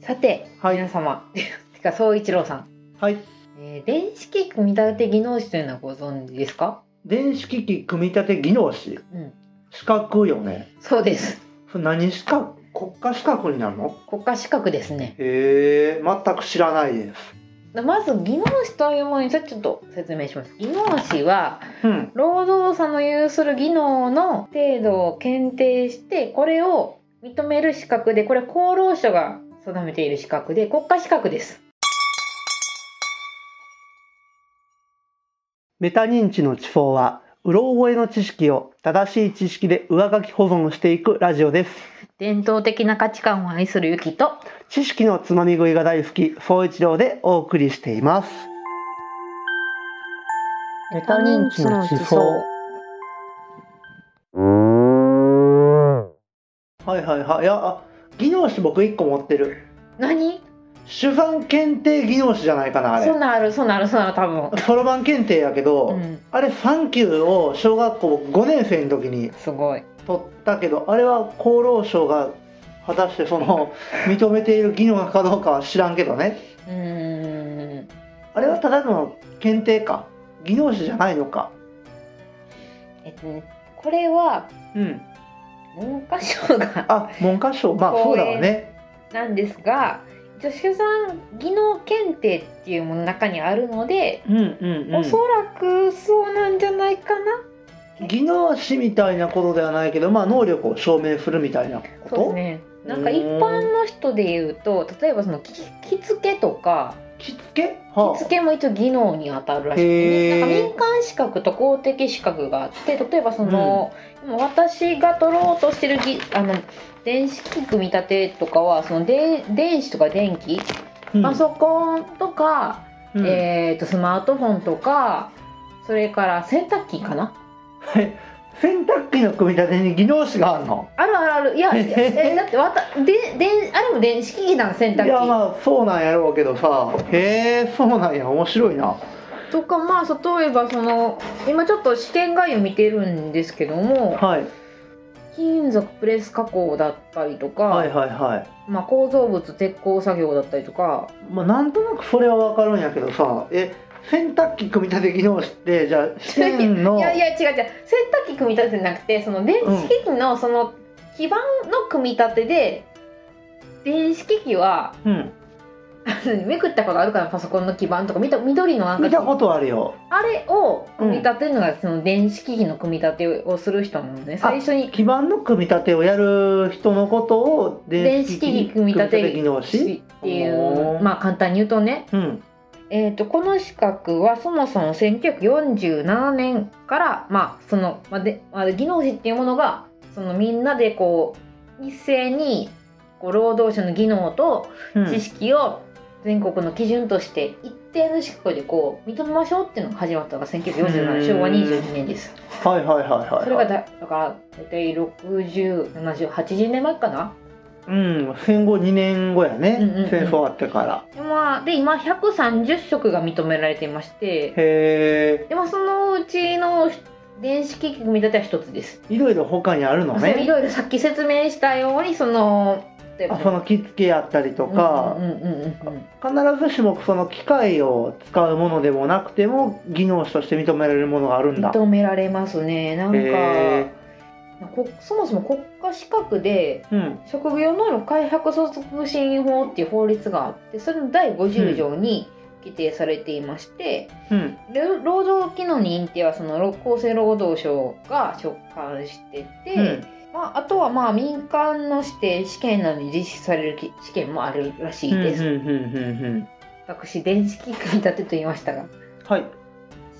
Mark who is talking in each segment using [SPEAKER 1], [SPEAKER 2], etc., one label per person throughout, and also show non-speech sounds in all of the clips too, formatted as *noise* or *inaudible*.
[SPEAKER 1] さて、
[SPEAKER 2] はい
[SPEAKER 1] 皆様 *laughs* てか総一郎さん、
[SPEAKER 2] はい。
[SPEAKER 1] えー電子機器組み立て技能士というのはご存知ですか
[SPEAKER 2] 電子機器組み立て技能士。
[SPEAKER 1] うん
[SPEAKER 2] 資格よね。
[SPEAKER 1] そうです
[SPEAKER 2] それ何資格国家資格になるの
[SPEAKER 1] 国家資格ですね
[SPEAKER 2] へえ、全く知らないです。
[SPEAKER 1] まず技能士というものについてちょっと説明します技能士は
[SPEAKER 2] うん。
[SPEAKER 1] 労働者の有する技能の程度を検定してこれを認める資格でこれは厚労省が定めている資格で国家資格です
[SPEAKER 2] メタ認知の地方は、うろ覚えの知識を正しい知識で上書き保存していくラジオです。
[SPEAKER 1] 伝統的な価値観を愛するユキと
[SPEAKER 2] 知識のつまみ食いが大好き、総一郎でお送りしています。メタ認知の地方。はいはいはい。いや、あ技能士僕一個持ってる。
[SPEAKER 1] 何
[SPEAKER 2] 主産検定技能士じゃないかな、あ
[SPEAKER 1] そ
[SPEAKER 2] れ
[SPEAKER 1] ん。なんあるそんなんあるそんなんある多分
[SPEAKER 2] そろばん検定やけど、
[SPEAKER 1] うん
[SPEAKER 2] あれ3級を小学校5年生の時に
[SPEAKER 1] すごい
[SPEAKER 2] 取ったけどあれは厚労省が果たして
[SPEAKER 1] *laughs*
[SPEAKER 2] その認めている技能かどうかは知らんけどね
[SPEAKER 1] うーん
[SPEAKER 2] あれはただの検定か技能士じゃないのか
[SPEAKER 1] えっとねこれは
[SPEAKER 2] うん
[SPEAKER 1] 文科省が
[SPEAKER 2] あ文科省まあそうだわね
[SPEAKER 1] なんですが一応主産技能検定っていうものの中にあるので、
[SPEAKER 2] うんうん
[SPEAKER 1] おそらくそうなんじゃないかな
[SPEAKER 2] 技能士みたいなことではないけどまあ能力を証明するみたいなこ
[SPEAKER 1] そうです
[SPEAKER 2] と、
[SPEAKER 1] ねなんか一般の人で言うと例えばその着着付けとか
[SPEAKER 2] 着付け
[SPEAKER 1] 着
[SPEAKER 2] は
[SPEAKER 1] 付けも一応技能に当たるらしい
[SPEAKER 2] へ
[SPEAKER 1] ね
[SPEAKER 2] ー
[SPEAKER 1] なんか民間資格と公的資格があって例えばその、今私が取ろうとしてるぎあの電子機器組み立てとかはそので電子とか電気、
[SPEAKER 2] あ、うん
[SPEAKER 1] パソコンとか、
[SPEAKER 2] うん
[SPEAKER 1] えー、とスマートフォンとかそれから洗濯機かな
[SPEAKER 2] 洗濯機の組み立てに技能士があるの
[SPEAKER 1] あるあるあ
[SPEAKER 2] *laughs*
[SPEAKER 1] るいやえだってわたでであれも電子機器なん洗
[SPEAKER 2] い
[SPEAKER 1] 濯機
[SPEAKER 2] やまあそうなんやろうけどさへえそうなんや面白いな
[SPEAKER 1] とかまあそう例えばその今ちょっと試験概要見てるんですけども
[SPEAKER 2] はい
[SPEAKER 1] 金属プレス加工だったりとか、
[SPEAKER 2] はいはいはい
[SPEAKER 1] まあ、構造物鉄鋼作業だったりとか
[SPEAKER 2] まあなんとなくそれはわかるんやけどさえ洗濯機組み立て技能士ってじゃあ試験の
[SPEAKER 1] いやいや違う違う洗濯機組み立てじゃなくてその電子機器のその基板の組み立てで、電子機器は *laughs*
[SPEAKER 2] うん、
[SPEAKER 1] めくったことあるかなパソコンの基板とか見た緑のなん
[SPEAKER 2] 見た
[SPEAKER 1] か
[SPEAKER 2] ことあるよ
[SPEAKER 1] あれを組み立てるのがその電子機器の組み立てをする人なのね最初に
[SPEAKER 2] 基盤の組み立てをやる人のことを
[SPEAKER 1] 電子機器組み立て
[SPEAKER 2] 組み立て技能士
[SPEAKER 1] っていう
[SPEAKER 2] おー
[SPEAKER 1] まあ簡単に言うとね、
[SPEAKER 2] うん
[SPEAKER 1] えー、とこの資格はそもそも1947年から、まあそのまあでまあ、技能士っていうものがそのみんなでこう一斉にこう労働者の技能と
[SPEAKER 2] うん
[SPEAKER 1] 知識を全国の基準として一定の資格でこう認めましょうっていうのが始まったのが1947年
[SPEAKER 2] うん
[SPEAKER 1] 昭和22年です。
[SPEAKER 2] はいはいはいはい
[SPEAKER 1] それがだだから大体607080年前かな。
[SPEAKER 2] うん戦後2年後やね、
[SPEAKER 1] うんうんうん
[SPEAKER 2] 戦争あってから
[SPEAKER 1] で,、まあ、で今130職が認められていまして。
[SPEAKER 2] へ
[SPEAKER 1] でもそのうちの電子機器組み立ては一つです。
[SPEAKER 2] えいろいろ他にあるの
[SPEAKER 1] そうい
[SPEAKER 2] ね
[SPEAKER 1] ろいろさっき説明したようにその例えば
[SPEAKER 2] あその着付けやったりとか、
[SPEAKER 1] うんうんうんうん
[SPEAKER 2] 必ずしもその機械を使うものでもなくても技能士として認められるものがある
[SPEAKER 1] うん
[SPEAKER 2] んだ。
[SPEAKER 1] 認められますね。なん
[SPEAKER 2] へ
[SPEAKER 1] かこそもそも国家資格で
[SPEAKER 2] うん、
[SPEAKER 1] 職業能力開発促進法っていう法律があってそれの第50条に規定されていまして、
[SPEAKER 2] うん、
[SPEAKER 1] で労働機能認定はその厚生労働省が所管してて。
[SPEAKER 2] うん、
[SPEAKER 1] まあ、あとはまあ民間の指定試験などに実施されるき試験もあるらしい
[SPEAKER 2] うん、うん、
[SPEAKER 1] で
[SPEAKER 2] う
[SPEAKER 1] す、
[SPEAKER 2] ん、うん、うん。
[SPEAKER 1] 私電子機器組み立てと言いましたが
[SPEAKER 2] はい、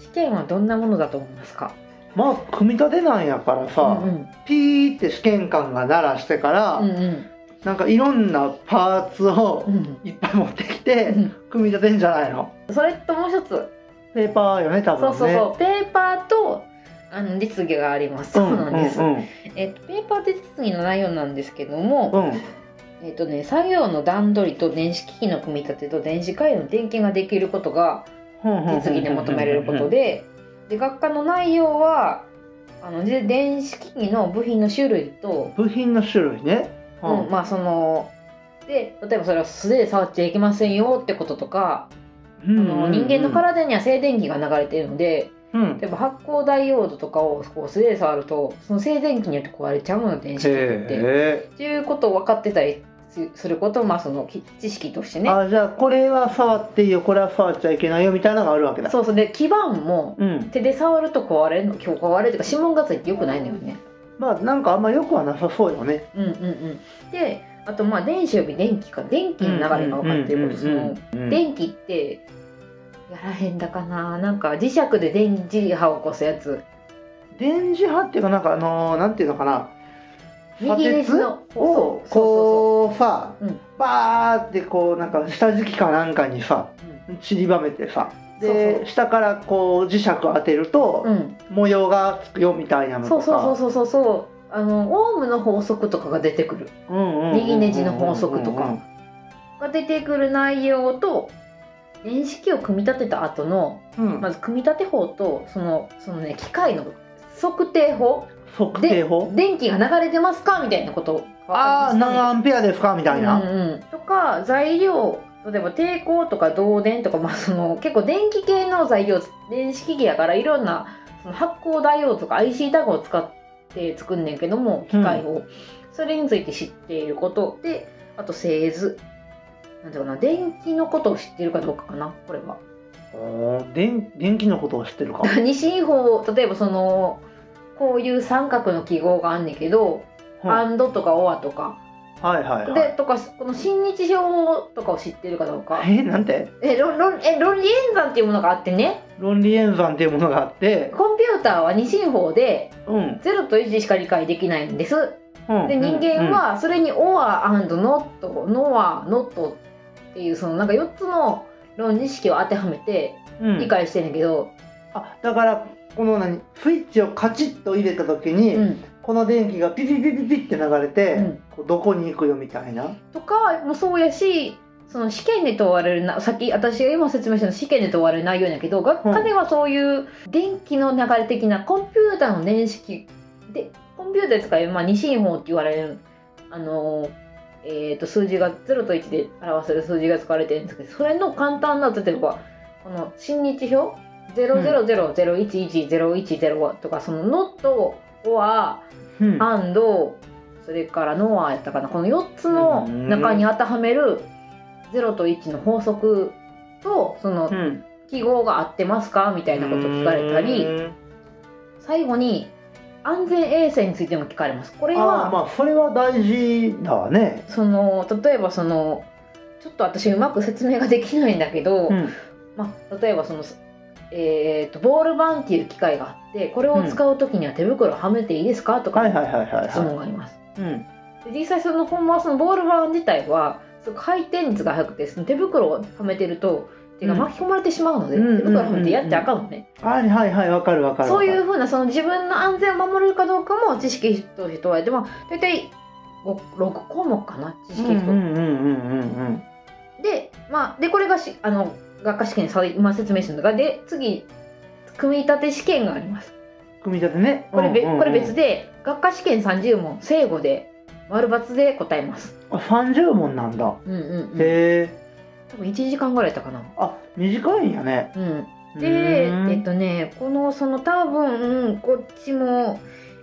[SPEAKER 1] 試験はどんなものだと思いますか
[SPEAKER 2] まあ組み立てなんやからさ、
[SPEAKER 1] うん
[SPEAKER 2] ピーって試験官が鳴らしてから、
[SPEAKER 1] うんうん
[SPEAKER 2] なんかいろんなパーツを
[SPEAKER 1] うん
[SPEAKER 2] いっぱい持ってきて
[SPEAKER 1] うん
[SPEAKER 2] 組み立てんじゃないの。
[SPEAKER 1] それともう一つ
[SPEAKER 2] ペーパーよね、多分
[SPEAKER 1] そう
[SPEAKER 2] ね。
[SPEAKER 1] そうそうペーパーとあの実技がありますそうなんです、
[SPEAKER 2] うん、うん、
[SPEAKER 1] えっと、ペーパーと実技の内容なんですけども、
[SPEAKER 2] うん、
[SPEAKER 1] えっとね、作業の段取りと電子機器の組み立てと電子回路の点検ができることが
[SPEAKER 2] うん
[SPEAKER 1] 実技で求められること。でで学科の内容はあので電子機器の部品の種類と、
[SPEAKER 2] 部品の種類ね。
[SPEAKER 1] うんまあ、そので例えばそれを素手で触っちゃいけませんよってこととか、
[SPEAKER 2] うんうん
[SPEAKER 1] あの人間の体には静電気が流れているので
[SPEAKER 2] うん
[SPEAKER 1] 例えば発光ダイオードとかをこう素手で触るとその静電気によって壊れちゃうので電子機器って。
[SPEAKER 2] へ
[SPEAKER 1] っていうことを分かってたりすすることをまあそのき知識として
[SPEAKER 2] え
[SPEAKER 1] ね
[SPEAKER 2] あじゃあこれは触っていいよこれは触っちゃいけないよみたいなのがあるわけだ
[SPEAKER 1] そうそうで基板も
[SPEAKER 2] うん
[SPEAKER 1] 手で触ると壊れるの今日壊れるというか指紋がついてよくないのよね。
[SPEAKER 2] まあなんかあんまよくはなさそうよね
[SPEAKER 1] うんうんうん、であとまあ電子よび電気か電気の流れが分かっていることその
[SPEAKER 2] うん
[SPEAKER 1] 電気ってやらへんだかななんか磁石で電磁波を起こすやつ
[SPEAKER 2] 電磁波っていうかなんかあのーなんていうのかな砂
[SPEAKER 1] 右
[SPEAKER 2] 鉄
[SPEAKER 1] ですのそ
[SPEAKER 2] を
[SPEAKER 1] うそう
[SPEAKER 2] こうさ
[SPEAKER 1] うん
[SPEAKER 2] バーってこうなんか下敷きかなんかにさ
[SPEAKER 1] そうそう
[SPEAKER 2] 散りばめてさ
[SPEAKER 1] そうそ
[SPEAKER 2] で
[SPEAKER 1] う
[SPEAKER 2] 下からこう磁石を当てる
[SPEAKER 1] う
[SPEAKER 2] と
[SPEAKER 1] ん、うん
[SPEAKER 2] 模様がつくよみたいなのと
[SPEAKER 1] そ
[SPEAKER 2] か
[SPEAKER 1] うそうそうそうそうあのオウムの法則とかが出てくる
[SPEAKER 2] うんうんうんうんうん
[SPEAKER 1] 右ネジの法則とかが出てくる内容と電子機を組み立てた後の
[SPEAKER 2] うん
[SPEAKER 1] まず組み立て法とそのそのね機械の測定法
[SPEAKER 2] 測定法
[SPEAKER 1] 電気が流れてますかみたいなこと
[SPEAKER 2] ああー何アンペアですかみたいな、
[SPEAKER 1] うんうん、とか材料例えば抵抗とか導電とか、まあ、その結構電気系の材料電子機器やからいろんなその発光ダイオードとか IC タグを使って作んねんけども機械を、それについて知っていることであと製図なんていうかな電気のことを知っているかどうかかなこれは。
[SPEAKER 2] おー電電気のことを知って
[SPEAKER 1] *laughs*
[SPEAKER 2] るか
[SPEAKER 1] 二進法例えばそのこういう三角の記号があんねんけど「
[SPEAKER 2] は
[SPEAKER 1] ア
[SPEAKER 2] い
[SPEAKER 1] ンド」とか「オア」とか
[SPEAKER 2] はいはいは
[SPEAKER 1] で
[SPEAKER 2] い
[SPEAKER 1] とかこの新日表とかを知ってるかどうか。
[SPEAKER 2] えなんて
[SPEAKER 1] え論論え論理演算っていうものがあってね
[SPEAKER 2] 論理演算っていうものがあって
[SPEAKER 1] コンピューターは二進法で
[SPEAKER 2] うん
[SPEAKER 1] 0と1しか理解できないんです
[SPEAKER 2] うん
[SPEAKER 1] で人間はそれに OR&NOT NOR NOT っていうそのなんか4つの論理式を当てはめて
[SPEAKER 2] うん
[SPEAKER 1] 理解してんだけど、
[SPEAKER 2] あだからこの何スイッチをカチッと入れた時に、
[SPEAKER 1] うん
[SPEAKER 2] この電気がピピピピピって流れて、
[SPEAKER 1] うん
[SPEAKER 2] こうどこに行くよみたいな
[SPEAKER 1] とかもそうやしその試験で問われるなさっき私が今説明したの試験で問われる内容やけど学科ではそういう電気の流れ的なコンピューターの電式でコンピューターで使えば、まあ、二進法って言われるあのーえー、と数字が0と1で表せる数字が使われてるんですけどそれの簡単な例えばこの新日表000011010とかその「の」と「は *laughs*
[SPEAKER 2] うん
[SPEAKER 1] アンドそれからノアやったかなこの4つの中に当てはめる0と1の法則とその
[SPEAKER 2] ん
[SPEAKER 1] 記号が合ってますかみたいなこと聞かれたり
[SPEAKER 2] うん
[SPEAKER 1] 最後に安全衛生についても聞かれますこれ
[SPEAKER 2] あー
[SPEAKER 1] は
[SPEAKER 2] まあそれは大事だわね
[SPEAKER 1] その例えばそのちょっと私うまく説明ができないんだけど、
[SPEAKER 2] うん
[SPEAKER 1] まあ、例えばその、えー、とボールバンっていう機械があってこれを使う時には手袋はめていいですかとか
[SPEAKER 2] はい
[SPEAKER 1] 質
[SPEAKER 2] はいはいはいは
[SPEAKER 1] 問があります。
[SPEAKER 2] いうん
[SPEAKER 1] で実際その本はそのボールバーン自体はすごい回転率が速くてその手袋をはめてると手が
[SPEAKER 2] うん
[SPEAKER 1] 巻き込まれてしまうので、
[SPEAKER 2] うん
[SPEAKER 1] 手袋はめてやっちゃあかんのね、
[SPEAKER 2] はいはいはいわかるわかる
[SPEAKER 1] そういう
[SPEAKER 2] う
[SPEAKER 1] ふうなその自分の安全を守れるかどうかも知識として問われてまあ大体ご6項目かな知
[SPEAKER 2] う
[SPEAKER 1] 識
[SPEAKER 2] ん
[SPEAKER 1] と、
[SPEAKER 2] うんうんうんうん
[SPEAKER 1] でまあでこれがしあの学科試験さ今説明したのがで次組み立て試験があります
[SPEAKER 2] 組み立てね
[SPEAKER 1] これ,、べ
[SPEAKER 2] うんうんうん
[SPEAKER 1] これ別で学科試験30問正誤で丸×で答えます
[SPEAKER 2] あ30問なんだ
[SPEAKER 1] うんうん、うん、
[SPEAKER 2] へえ
[SPEAKER 1] 多分1時間ぐらいやったかな
[SPEAKER 2] あ短いんやね
[SPEAKER 1] うん、で、
[SPEAKER 2] うん
[SPEAKER 1] えっとねこのその多分こっちも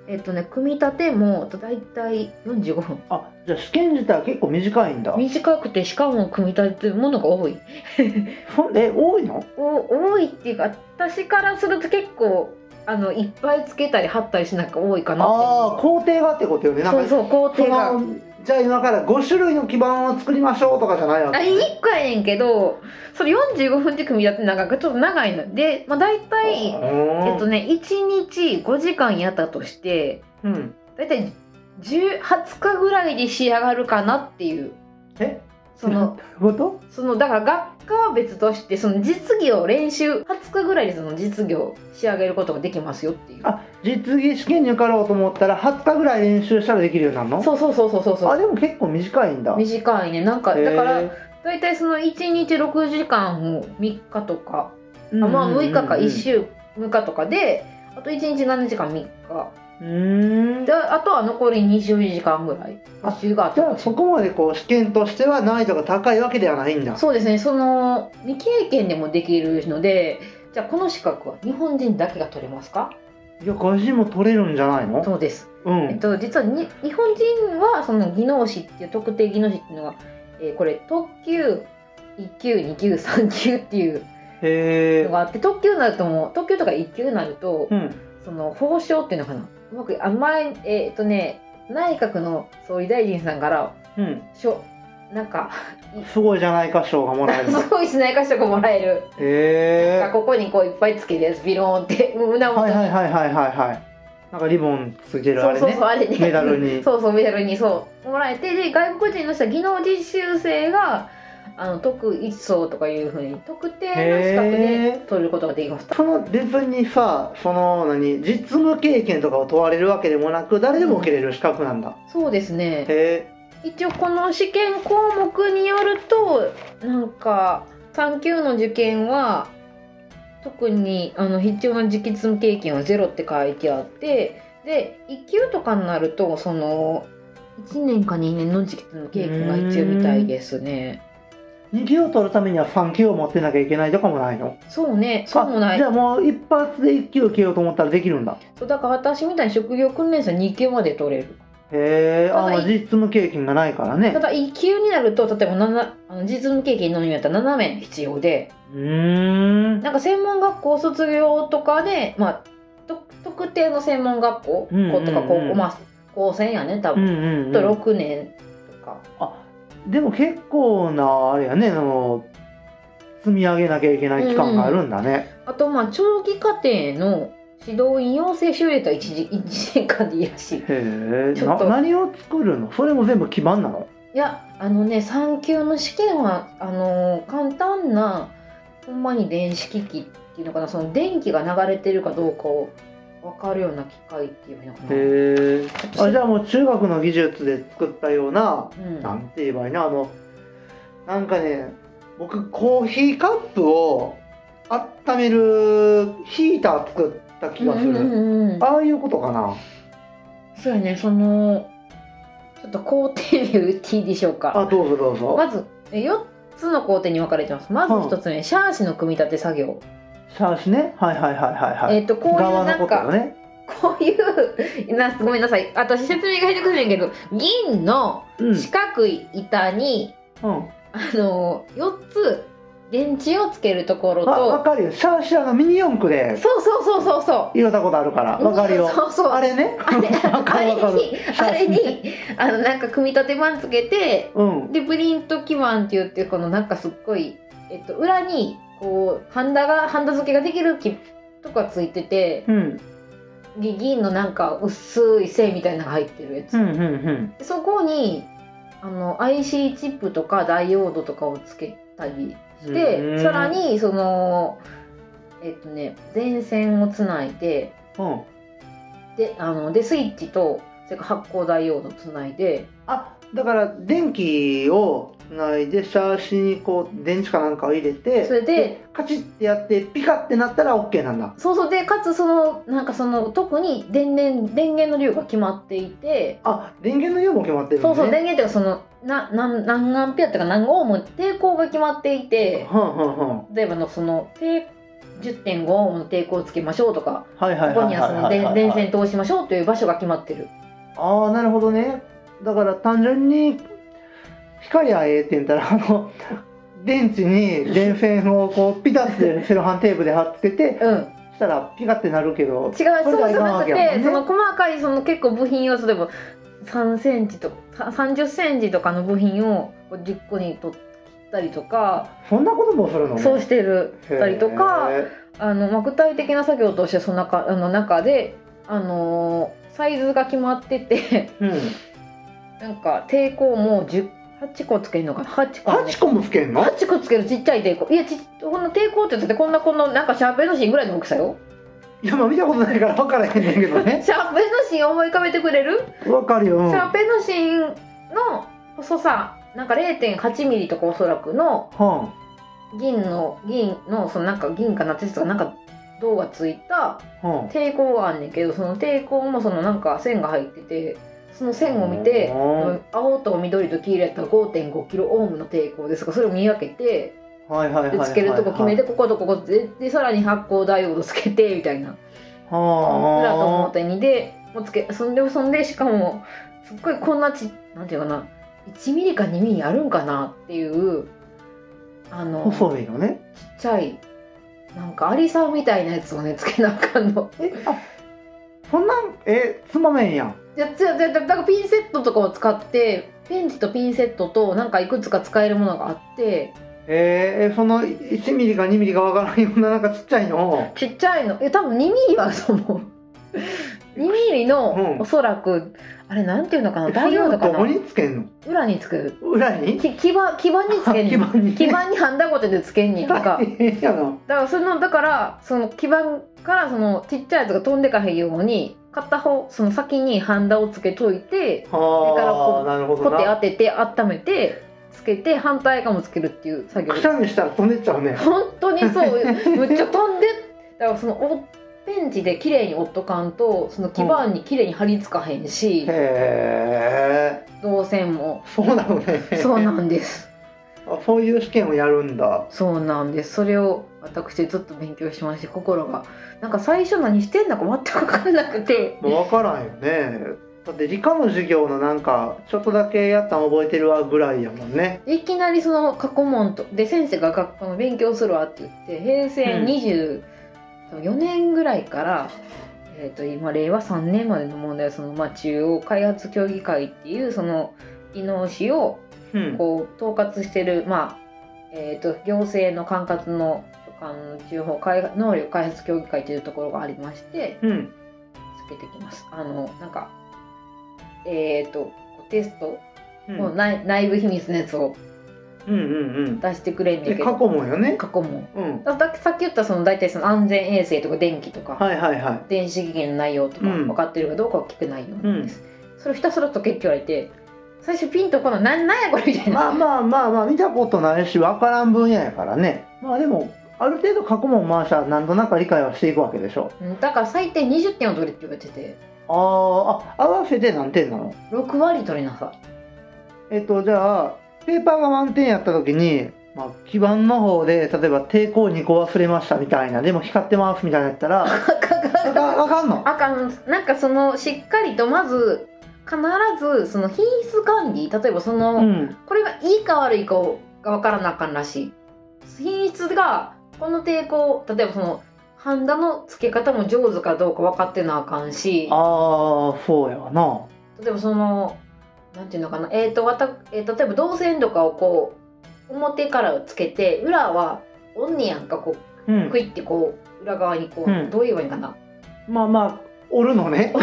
[SPEAKER 1] えっとね組み立てもだいたい45分
[SPEAKER 2] あじゃあ試験自体は結構短いんだ
[SPEAKER 1] 短くてしかも組み立てるものが多い
[SPEAKER 2] そんえ多いの
[SPEAKER 1] お多いっていうか私からすると結構あのいっぱいつけたり貼ったりしなんか多いかな
[SPEAKER 2] ああ
[SPEAKER 1] っ
[SPEAKER 2] 工程がってことよね
[SPEAKER 1] て
[SPEAKER 2] なん
[SPEAKER 1] そ
[SPEAKER 2] か
[SPEAKER 1] うそう工程が
[SPEAKER 2] そのじゃあ今から5種類の基板を作りましょうとかじゃないわ
[SPEAKER 1] あ
[SPEAKER 2] け
[SPEAKER 1] 1個やねんけどそれ45分で組み立てなんかちょっと長いので、まあ、大体、え
[SPEAKER 2] え
[SPEAKER 1] っとね1日5時間やったとして
[SPEAKER 2] うん
[SPEAKER 1] 大体10 20日ぐらいで仕上がるかなっていう
[SPEAKER 2] え
[SPEAKER 1] そ
[SPEAKER 2] *laughs*
[SPEAKER 1] の
[SPEAKER 2] どういうこ
[SPEAKER 1] そのだから学科は別としてその実技を練習20日ぐらいでその実技を仕上げることができますよっていう
[SPEAKER 2] あと実技試験に受かろうと思ったら20日ぐらい練習したらできるようになるの
[SPEAKER 1] そうそうそうそうそうそ
[SPEAKER 2] あ
[SPEAKER 1] う
[SPEAKER 2] でも結構短いんだ
[SPEAKER 1] 短いねなんか
[SPEAKER 2] へー
[SPEAKER 1] だから大体その1日6時間を3日とか、
[SPEAKER 2] うんうんうんうん
[SPEAKER 1] あまあ6日か1週6日とかであと1日7時間3日
[SPEAKER 2] うーん
[SPEAKER 1] であとは残り20時間ぐらい
[SPEAKER 2] あ
[SPEAKER 1] 補習があっ
[SPEAKER 2] じ
[SPEAKER 1] た
[SPEAKER 2] ゃあそこまでこう試験としては難易度が高いわけではないんだ
[SPEAKER 1] そうですねその未経験でもできるのでじゃあこの資格は日本人だけが取れますか
[SPEAKER 2] いや外人も取れるんじゃないの
[SPEAKER 1] そうです、
[SPEAKER 2] う
[SPEAKER 1] えっ
[SPEAKER 2] ん
[SPEAKER 1] と、実はに日本人はその技能士っていう特定技能士っていうのは、えーこれ特級1級2級3級っていう
[SPEAKER 2] へ
[SPEAKER 1] の
[SPEAKER 2] え
[SPEAKER 1] があって特級になるともう特級とか1級になると、
[SPEAKER 2] うん
[SPEAKER 1] その報奨っていうのかなうまくあ前えーっとね内閣の総理大臣さんから
[SPEAKER 2] うん
[SPEAKER 1] しょなんか
[SPEAKER 2] すごいじゃないか賞がもらえる
[SPEAKER 1] *laughs*
[SPEAKER 2] の
[SPEAKER 1] すごいしないかしとかもらえる
[SPEAKER 2] へ
[SPEAKER 1] なんか
[SPEAKER 2] え
[SPEAKER 1] ここにこういっぱいつけるやつビローンって胸元
[SPEAKER 2] はい
[SPEAKER 1] に、
[SPEAKER 2] はいはいはいはいはいなんかリボンつけるあれ
[SPEAKER 1] そうそう
[SPEAKER 2] ね
[SPEAKER 1] そうあれね
[SPEAKER 2] メダル
[SPEAKER 1] *laughs*
[SPEAKER 2] に
[SPEAKER 1] そうそうメダルにそうもらえてで外国人の人は技能実習生があの特一層とかいうふうに特定の資格
[SPEAKER 2] へ
[SPEAKER 1] で
[SPEAKER 2] ー
[SPEAKER 1] 取ることができます
[SPEAKER 2] その別にさその何実務経験とかを問われるわけでもなく誰でも受けれる資格なんだ、
[SPEAKER 1] そうですね
[SPEAKER 2] へ
[SPEAKER 1] 一応この試験項目によるとなんか3級の受験は特にあの必要な実務経験はゼロって書いてあってで1級とかになるとその1年か2年の実務経験が必要みたいですね。
[SPEAKER 2] え2級を取るためには3級を持ってなきゃいけないとかもないの
[SPEAKER 1] そうねそうもな
[SPEAKER 2] あ
[SPEAKER 1] い
[SPEAKER 2] じゃあもう一発で1級受けようと思ったらできるんだ
[SPEAKER 1] そうだから私みたいに職業訓練生は2級まで取れる
[SPEAKER 2] へえ
[SPEAKER 1] ただ
[SPEAKER 2] あまあ
[SPEAKER 1] い
[SPEAKER 2] 実務経験がないからね
[SPEAKER 1] ただ1級になると例えば7あの実務経験のみやったら7名必要で
[SPEAKER 2] うーん
[SPEAKER 1] なんか専門学校卒業とかで、まあ、と特定の専門学校、
[SPEAKER 2] うんうんうん
[SPEAKER 1] とか高校、まあ、高専やね多
[SPEAKER 2] うん
[SPEAKER 1] 分、
[SPEAKER 2] うん、
[SPEAKER 1] と
[SPEAKER 2] うん、
[SPEAKER 1] 6年とか
[SPEAKER 2] でも結構なあれやねその積み上げなきゃいけない期間があるんだね、
[SPEAKER 1] あとまあ長期課程の指導員養成修理とは 1, 時1年間でいいらしい
[SPEAKER 2] へえ
[SPEAKER 1] ちょ
[SPEAKER 2] な
[SPEAKER 1] っと
[SPEAKER 2] 何を作るのそれも全部基盤なの
[SPEAKER 1] いやあのね3級の試験はあのー簡単なほんまに電子機器っていうのかなその電気が流れてるかどうかを分かるような機械っていうのかな、
[SPEAKER 2] へえ
[SPEAKER 1] そう
[SPEAKER 2] あじゃあもう中学の技術で作ったような
[SPEAKER 1] うん、
[SPEAKER 2] なんて言えばいいなあのなんかね僕コーヒーカップを温めるヒーター作った気がする、
[SPEAKER 1] うんうんうんうん
[SPEAKER 2] ああいうことかな
[SPEAKER 1] そうやね、その、ちょっと工程名言っていいでしょう
[SPEAKER 2] あ
[SPEAKER 1] か。
[SPEAKER 2] どうぞどうぞ、
[SPEAKER 1] まず、4つの工程に分かれてます。まず1つ目、シャーシの組み立て作業。
[SPEAKER 2] シャーシねはいはいはいはいはい、
[SPEAKER 1] えっ、と、こういう
[SPEAKER 2] 側
[SPEAKER 1] な
[SPEAKER 2] の
[SPEAKER 1] ん
[SPEAKER 2] こと
[SPEAKER 1] か、
[SPEAKER 2] よね
[SPEAKER 1] こういう *laughs* な、ごめんなさい、私説明が下手くそやねんけど、銀の
[SPEAKER 2] うん、
[SPEAKER 1] 四角い板に、
[SPEAKER 2] うん、
[SPEAKER 1] あの、4つ電池をつけるところ
[SPEAKER 2] あわ
[SPEAKER 1] と、
[SPEAKER 2] かるよシャーシあのミニ四駆で
[SPEAKER 1] そうそうそうそうそ
[SPEAKER 2] 言ったことあるから
[SPEAKER 1] う。
[SPEAKER 2] わかるよ
[SPEAKER 1] そうそう。
[SPEAKER 2] あれね *laughs* わ
[SPEAKER 1] あ
[SPEAKER 2] かる
[SPEAKER 1] れ
[SPEAKER 2] わかる
[SPEAKER 1] に、あれに、あの、なんか組み立て板つけて、
[SPEAKER 2] うん
[SPEAKER 1] でプリント基板って言ってこのなんかすっごい、えっと、裏にこうハンダがハンダ付けができるきとかついてて
[SPEAKER 2] うん
[SPEAKER 1] ぎ銀のなんか薄い線みたいなのが入ってるやつ、
[SPEAKER 2] うんうんうん
[SPEAKER 1] でそこにあの IC チップとかダイオードとかをつけたりして、
[SPEAKER 2] うん
[SPEAKER 1] さらにそのえっとね電線をつないで
[SPEAKER 2] うん
[SPEAKER 1] であのでスイッチとそれから発光ダイオードつないで
[SPEAKER 2] あだから電気をつないでシャーシにこう電池かなんかを入れて
[SPEAKER 1] それで
[SPEAKER 2] カチッってやってピカってなったら OK なんだ
[SPEAKER 1] そうそうでかつそのなんかその特に電源電源の量が決まっていて、
[SPEAKER 2] あ電源の量も決まってる
[SPEAKER 1] そうそう
[SPEAKER 2] ね
[SPEAKER 1] 電源っていうかそのななん何アンペアっていうか何オーム抵抗が決まっていて
[SPEAKER 2] はんはんはん
[SPEAKER 1] 例えばのその抵10.5オームの抵抗をつけましょうとか
[SPEAKER 2] はいはい
[SPEAKER 1] ここ
[SPEAKER 2] はい
[SPEAKER 1] にはその
[SPEAKER 2] はい
[SPEAKER 1] 電
[SPEAKER 2] はい
[SPEAKER 1] 電
[SPEAKER 2] はい
[SPEAKER 1] 線通しましょうという場所が決まってる
[SPEAKER 2] ああなるほどねだから単純に光はええって言ったらあの電池に電線をこうピタってセロハンテープで貼っつけて
[SPEAKER 1] うん違う
[SPEAKER 2] したらピカってなるけど
[SPEAKER 1] そうじゃ
[SPEAKER 2] これがいかん
[SPEAKER 1] な
[SPEAKER 2] わ
[SPEAKER 1] く
[SPEAKER 2] け
[SPEAKER 1] て、
[SPEAKER 2] やもんね
[SPEAKER 1] その細かいその結構部品を例えば3センチとか30センチとかの部品をこう10個に取ったりとか、
[SPEAKER 2] そんなこともするのね
[SPEAKER 1] そうしてるたりとか。
[SPEAKER 2] へ
[SPEAKER 1] あのまあ具体的な作業としてその中あの中で、あのーサイズが決まってて *laughs*
[SPEAKER 2] ーうん
[SPEAKER 1] なんか抵抗も10 8個つけるのかな8個、ね
[SPEAKER 2] 8、個もつけんの
[SPEAKER 1] 8個つけるちっちゃい抵抗いやちこの抵抗って言ってこんなこのなんかシャーペンの芯ぐらいの大きさよ
[SPEAKER 2] いやまあ見たことないから分からへんねんけどね
[SPEAKER 1] シャーペンの芯思い浮かべてくれる、
[SPEAKER 2] 分かるよ、うん
[SPEAKER 1] シャーペンの芯の細さなんか0 8ミリとかおそらくの
[SPEAKER 2] は
[SPEAKER 1] 銀の銀のそのなんか銀かな鉄とかなんか銅がついた
[SPEAKER 2] うん
[SPEAKER 1] 抵抗があんねんけどその抵抗もそのなんか線が入っててその線を見て
[SPEAKER 2] うん
[SPEAKER 1] 青と緑と黄色やったら5 5キロオームの抵抗ですがそれを見分けて
[SPEAKER 2] はいはいはいはい
[SPEAKER 1] で
[SPEAKER 2] はい
[SPEAKER 1] つけるとこ決めてこことここででさらに発光ダイオードつけてみたいな
[SPEAKER 2] は
[SPEAKER 1] 裏と
[SPEAKER 2] あ
[SPEAKER 1] 表にでもうつけそんでそんでしかもすっごいこんなちなんていうかな1ミリか2ミリあるんかなっていうあのちっ
[SPEAKER 2] 細いのね
[SPEAKER 1] ちゃいなんかアリさんみたいなやつをねつけなあかんの。 *laughs*
[SPEAKER 2] えあそんなんえつまめんやん
[SPEAKER 1] じゃじゃじゃだからピンセットとかを使ってペンチとピンセットとなんかいくつか使えるものがあって
[SPEAKER 2] えー、えその1ミリか2ミリかわからんようななんかちっちゃいのを
[SPEAKER 1] ちっちゃいのえ多分2ミリはそう
[SPEAKER 2] *laughs*
[SPEAKER 1] 思う2ミリの、
[SPEAKER 2] うん
[SPEAKER 1] おそらくあれなんていうのかな
[SPEAKER 2] え
[SPEAKER 1] ダイオード
[SPEAKER 2] そ
[SPEAKER 1] か
[SPEAKER 2] れをどこ
[SPEAKER 1] な
[SPEAKER 2] につけんの
[SPEAKER 1] 裏につける
[SPEAKER 2] 裏に
[SPEAKER 1] き基盤基盤につけんねん
[SPEAKER 2] あ基板に
[SPEAKER 1] 基盤にハンダゴテでつけんねん *laughs* なんか
[SPEAKER 2] 大変やな
[SPEAKER 1] だからそのだからその基盤からそのちっちゃいやつが飛んでかへんように片方その先にハンダをつけといてから
[SPEAKER 2] は
[SPEAKER 1] こ
[SPEAKER 2] あ
[SPEAKER 1] う
[SPEAKER 2] なるほど
[SPEAKER 1] コテ当
[SPEAKER 2] な
[SPEAKER 1] てて温めてつけて反対側もつけるっていう作業
[SPEAKER 2] くしゃみしたら飛んでっちゃうね
[SPEAKER 1] 本当に *laughs* そうむっちゃ飛んでだからそのおペンチで綺麗に折っとかんとその基板に綺麗に貼り付かへんし、
[SPEAKER 2] へえ
[SPEAKER 1] 動線も
[SPEAKER 2] そうなのね
[SPEAKER 1] そうなんです
[SPEAKER 2] *laughs* あそういう試験をやるんだ
[SPEAKER 1] そうなんですそれを私ずっと勉強しまして心がなんか最初何してんだか全く分からなくて
[SPEAKER 2] もう分からんよねだって理科の授業のなんかちょっとだけやったん覚えてるわぐらいやもんね
[SPEAKER 1] いきなりその過去問とで先生が学校の勉強するわって言って平成24年ぐらいから、えー、と今令和3年までの問題はその、まあ、中央開発協議会っていうその技能士を
[SPEAKER 2] うん
[SPEAKER 1] こう統括してる、まあえー、と行政の管轄のあの中央開発能力開発協議会というところがありまして、
[SPEAKER 2] うん
[SPEAKER 1] つけてきます。あの、なんか、えっ、と、テスト、
[SPEAKER 2] うん
[SPEAKER 1] の内内部秘密のやつを
[SPEAKER 2] うんうん
[SPEAKER 1] 出してくれん
[SPEAKER 2] う
[SPEAKER 1] ね
[SPEAKER 2] ん
[SPEAKER 1] んけ
[SPEAKER 2] 過
[SPEAKER 1] ど、
[SPEAKER 2] 去もよね
[SPEAKER 1] 過去問。
[SPEAKER 2] うん
[SPEAKER 1] だださっき言ったその大体その安全衛生とか電気とか、
[SPEAKER 2] はいはいはい
[SPEAKER 1] 電子機器の内容とか
[SPEAKER 2] うん
[SPEAKER 1] 分かってるかどうかは聞く内容なんです。それをひたすらとけって言われて、最初ピンとこの、なんなんやこれみたいな。
[SPEAKER 2] *laughs* まあまあまあまあ見たことないし分からん分野やからねまあでもある程度過去問回したら何となく理解はしていくわけでしょ
[SPEAKER 1] うんだから最低20点を取れって言われてて、
[SPEAKER 2] あーあ合わせて何点なの
[SPEAKER 1] 6割取れなさい。
[SPEAKER 2] えっとじゃあペーパーが満点やった時に、まあ、基板の方で例えば抵抗2個忘れましたみたいなでも光ってますみたいなやったら *laughs* あかんあかんの
[SPEAKER 1] あかんなんかそのしっかりとまず必ずその品質管理例えばその、
[SPEAKER 2] うん
[SPEAKER 1] これがいいか悪いかが分からなあかんらしい品質がこの抵抗例えばそのハンダの付け方も上手かどうか分かってなあかんし
[SPEAKER 2] ああそうやわな
[SPEAKER 1] 例えばそのなんていうのかなえーとわた、えー例えば銅線とかをこう表からつけて裏はおんねやんかこ
[SPEAKER 2] う
[SPEAKER 1] うんクイってこう裏側にこう、
[SPEAKER 2] うん
[SPEAKER 1] どう言えばいいんかな *laughs*
[SPEAKER 2] まあまあおるのね、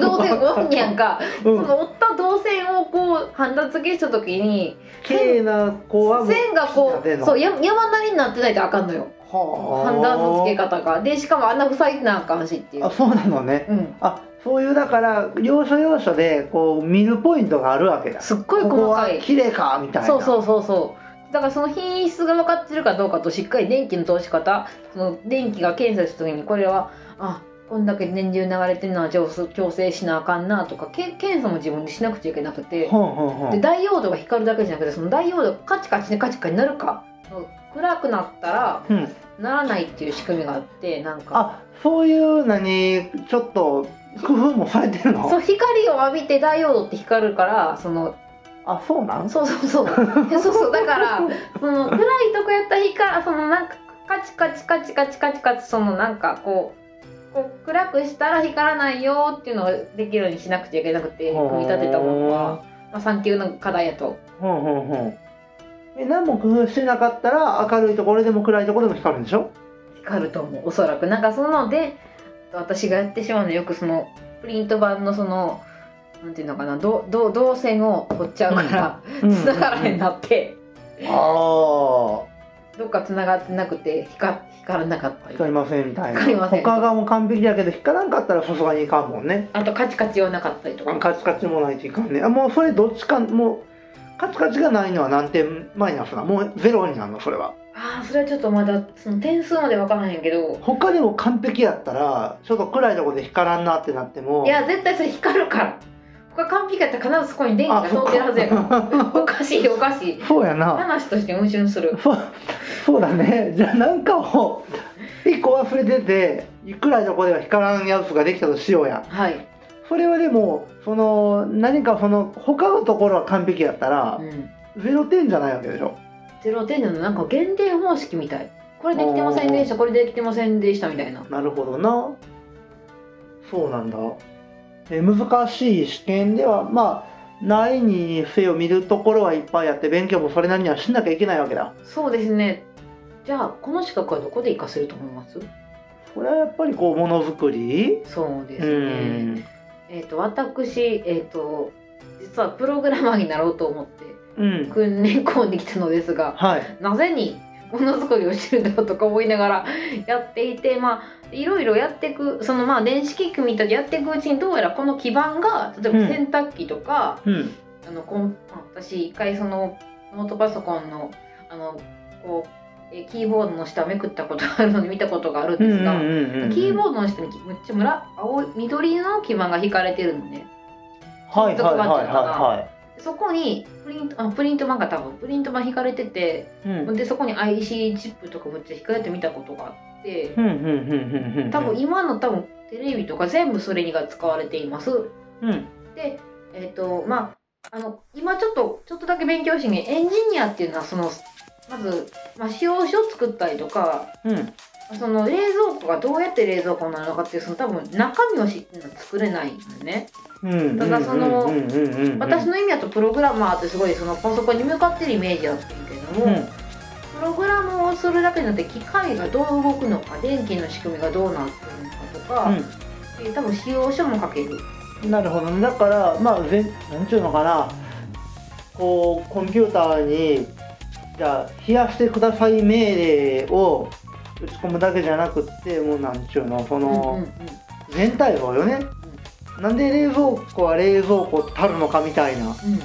[SPEAKER 1] 銅線おんねやんか
[SPEAKER 2] う
[SPEAKER 1] そ
[SPEAKER 2] ん、
[SPEAKER 1] の折った銅線をこうハンダ付けした時に
[SPEAKER 2] 綺麗な子は
[SPEAKER 1] 線がこ
[SPEAKER 2] 出ん
[SPEAKER 1] う
[SPEAKER 2] の
[SPEAKER 1] そうや山なりになってないとあかんのよ
[SPEAKER 2] はあ
[SPEAKER 1] 判断の付け方がでしかも穴塞いでなあかんしっていう
[SPEAKER 2] あそうなのね
[SPEAKER 1] うん
[SPEAKER 2] あそういうだから要所要所でこう見るポイントがあるわけだ
[SPEAKER 1] すっごい細か
[SPEAKER 2] ここはい綺麗かみたいな
[SPEAKER 1] そう
[SPEAKER 2] う
[SPEAKER 1] そうそうそうだからその品質が分かってるかどうかとしっかり電気の通し方その電気が検査した時にこれはあこんだけ年中流れてるのは調整調整しなあかんなとかけ検査も自分でしなくちゃいけなくて
[SPEAKER 2] ほんほんほん
[SPEAKER 1] でダイオードが光るだけじゃなくてそのダイオードがカチカチねカチカチなるか暗くなったら
[SPEAKER 2] うん
[SPEAKER 1] ならないっていう仕組みがあってなんか
[SPEAKER 2] あそういう何ちょっと工夫もされてるの
[SPEAKER 1] そう光を浴びてダイオードって光るからその
[SPEAKER 2] あそうなん
[SPEAKER 1] そうそう *laughs* そうそうそうだからその暗いとこやった日からそのなんかカチカチカチカチカチカチそのなんかこうこう暗くしたら光らないよっていうのをできるようにしなくちゃいけなくて
[SPEAKER 2] ほう
[SPEAKER 1] 組み立てたものは、まあ、3級の課題やと
[SPEAKER 2] ほんほんほんえ何も工夫してなかったら明るいところでも暗いところでも光るんでしょ
[SPEAKER 1] 光ると思うおそらくなんかそので私がやってしまうのよくそのプリント版のそのなんていうのかなどど動線を取っちゃうから繋がらへん
[SPEAKER 2] な
[SPEAKER 1] なって。
[SPEAKER 2] あ
[SPEAKER 1] どっか繋がってなくて光光らなかった
[SPEAKER 2] あ
[SPEAKER 1] り
[SPEAKER 2] 光りませんみたいな
[SPEAKER 1] 光りません
[SPEAKER 2] 他がもう完璧だけど光らんかったらさすがにいかんもんね
[SPEAKER 1] あとカチカチはなかったりとか
[SPEAKER 2] カチカチもないといかんねあもうそれどっちかもうカチカチがないのは何点マイナスなのもうゼロになるのそれは
[SPEAKER 1] ああそれはちょっとまだその点数まで分からへんけど
[SPEAKER 2] 他でも完璧やったらちょっと暗いところで光らんなってなっても
[SPEAKER 1] いや絶対それ光るから他完璧やったら必ずそこに電気が
[SPEAKER 2] あ
[SPEAKER 1] 通
[SPEAKER 2] そ
[SPEAKER 1] っ
[SPEAKER 2] って
[SPEAKER 1] るはずやから
[SPEAKER 2] か
[SPEAKER 1] おかしいおかしい
[SPEAKER 2] *laughs* そうやな
[SPEAKER 1] 話として矛盾する
[SPEAKER 2] そうそうだね *laughs* じゃあなんかを一個忘れてていくらいとこでは光らんやつができたとしようや
[SPEAKER 1] はい、
[SPEAKER 2] それはでもその何かその他のところは完璧やったら
[SPEAKER 1] うん、
[SPEAKER 2] ゼロ点じゃないわけでしょ
[SPEAKER 1] ゼロ点のなんか減点方式みたいこれできてませんでしたこれできてませんでしたみたいな
[SPEAKER 2] なるほどなそうなんだえ難しい試験ではまあないにせよ見るところはいっぱいあって勉強もそれなりにはしなきゃいけないわけだ
[SPEAKER 1] そうですねじゃあこの資格はどこで活かせると思います
[SPEAKER 2] それはやっぱりこうものづくり
[SPEAKER 1] そうで
[SPEAKER 2] う
[SPEAKER 1] すね
[SPEAKER 2] ん
[SPEAKER 1] えー、と私、えー、と実はプログラマーになろうと思って
[SPEAKER 2] うん
[SPEAKER 1] 訓練校に来たのですが
[SPEAKER 2] はい
[SPEAKER 1] なぜにものづくりをしてるんだろうとか思いながらやっていてまあいろいろやっていくそのまあ電子機器みたいにやっていくうちにどうやらこの基盤が例えば
[SPEAKER 2] うん
[SPEAKER 1] 洗濯機とか、
[SPEAKER 2] うん
[SPEAKER 1] あのコンあ私一回そのノートパソコンのあのこうえキーボードの下をめくったことがあるので見たことがあるんですが。キーボードの下にむっちゃ村青い緑の基盤が引かれてるのね
[SPEAKER 2] ーはいはいはいは
[SPEAKER 1] そこにプリントあプリント版が多分プリント版引かれてて
[SPEAKER 2] いはい。うん
[SPEAKER 1] でそこに IC チップとかむっちゃ引かれて見たことがあって
[SPEAKER 2] うんうんうんうんうん。
[SPEAKER 1] 多分今の多分テレビとか全部それにが使われています
[SPEAKER 2] うん
[SPEAKER 1] でえっ、とまああの今ちょっとちょっとだけ勉強してねエンジニアっていうのはそのまず、まあ、使用書を作ったりとか
[SPEAKER 2] うん
[SPEAKER 1] その冷蔵庫がどうやって冷蔵庫になるのかっていうその多分中身をし作れないんだよね
[SPEAKER 2] うん。
[SPEAKER 1] ただその
[SPEAKER 2] うんうんうんうんうん
[SPEAKER 1] 私の意味だとプログラマーってすごいそのパソコンに向かってるイメージだったんだけども、
[SPEAKER 2] うん
[SPEAKER 1] プログラムをするだけになって機械がどう動くのか電気の仕組みがどうなってるのかとか、で多分使用書も書ける
[SPEAKER 2] うんなるほどね。だからまあ全なんちゅうのかな、こうコンピューターにじゃあ冷やしてください命令を打ち込むだけじゃなくってもうなんちゅうのそ
[SPEAKER 1] うんうん
[SPEAKER 2] の
[SPEAKER 1] うん
[SPEAKER 2] 全体像よね。なんで冷蔵庫は冷蔵庫たるのかみたいな。
[SPEAKER 1] うん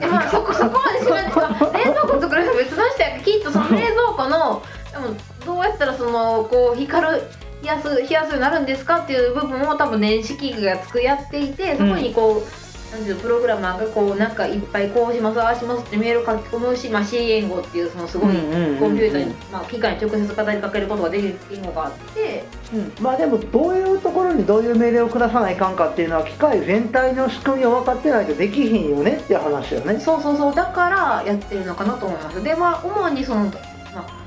[SPEAKER 1] でまあそこそこまで調べてた冷蔵庫作る人別の人やからきっとその冷蔵庫の多分どうやったらそのこう光る冷やす冷やすようになるんですかっていう部分を多分電子機器が作やっていてそこにこう、なんていうのプログラマーがこうなんかいっぱいこうしますああしますってメールを書き込むし、まあ、C 言語っていうそのすごいコンピューターに、まあ、機械に直接語りかけることができる言語があって
[SPEAKER 2] うんまあでもどういうところにどういう命令を下さないかんかっていうのは機械全体の仕組みを分かってないとできひんよねっていう話よね。
[SPEAKER 1] そうそうそうだからやってるのかなと思いますでまあ主にその、まあ、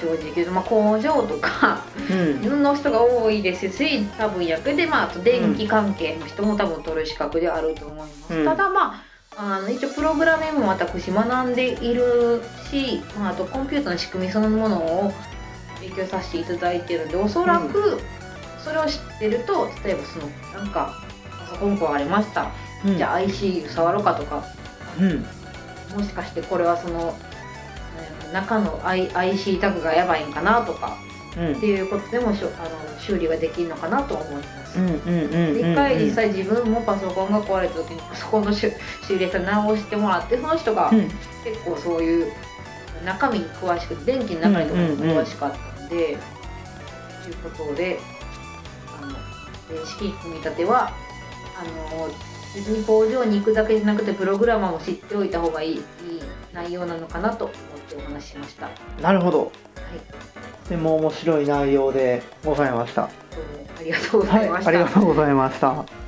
[SPEAKER 1] 正直言うと、まあ、工場とか
[SPEAKER 2] うん
[SPEAKER 1] の人が多いですし多分役で、まあ、あと電気関係の人も多分取る資格であると思います、
[SPEAKER 2] うん
[SPEAKER 1] ただまああの一応プログラミングも私学んでいるし、まあ、あとコンピューターの仕組みそのものを勉強させていただいてるのでおそらくそれを知ってると例えばそのなんかパソコン壊れました、
[SPEAKER 2] うん
[SPEAKER 1] じゃあ IC 触ろうかとか
[SPEAKER 2] うん
[SPEAKER 1] もしかしてこれはそのうん中の I- IC タグがやばいんかなとか
[SPEAKER 2] うん
[SPEAKER 1] っていうことでもしょあの修理ができるのかなと思います。
[SPEAKER 2] うんうんうんうん
[SPEAKER 1] 一回実際自分もパソコンが壊れた時にパソコンの修修理屋さんに直してもらってその人が
[SPEAKER 2] うん
[SPEAKER 1] 結構そういう中身に詳しくて電気の中にとかに詳しかったので、ということであの電子機器組み立てはあの別に工場に行くだけじゃなくてプログラマーも知っておいた方がいいいい内容なのかなと思ってお話ししました。はい
[SPEAKER 2] なるほどでも面白い内容でございました。
[SPEAKER 1] どうもありがとうご
[SPEAKER 2] は
[SPEAKER 1] ざ
[SPEAKER 2] い、
[SPEAKER 1] いました、
[SPEAKER 2] ありがとうございました。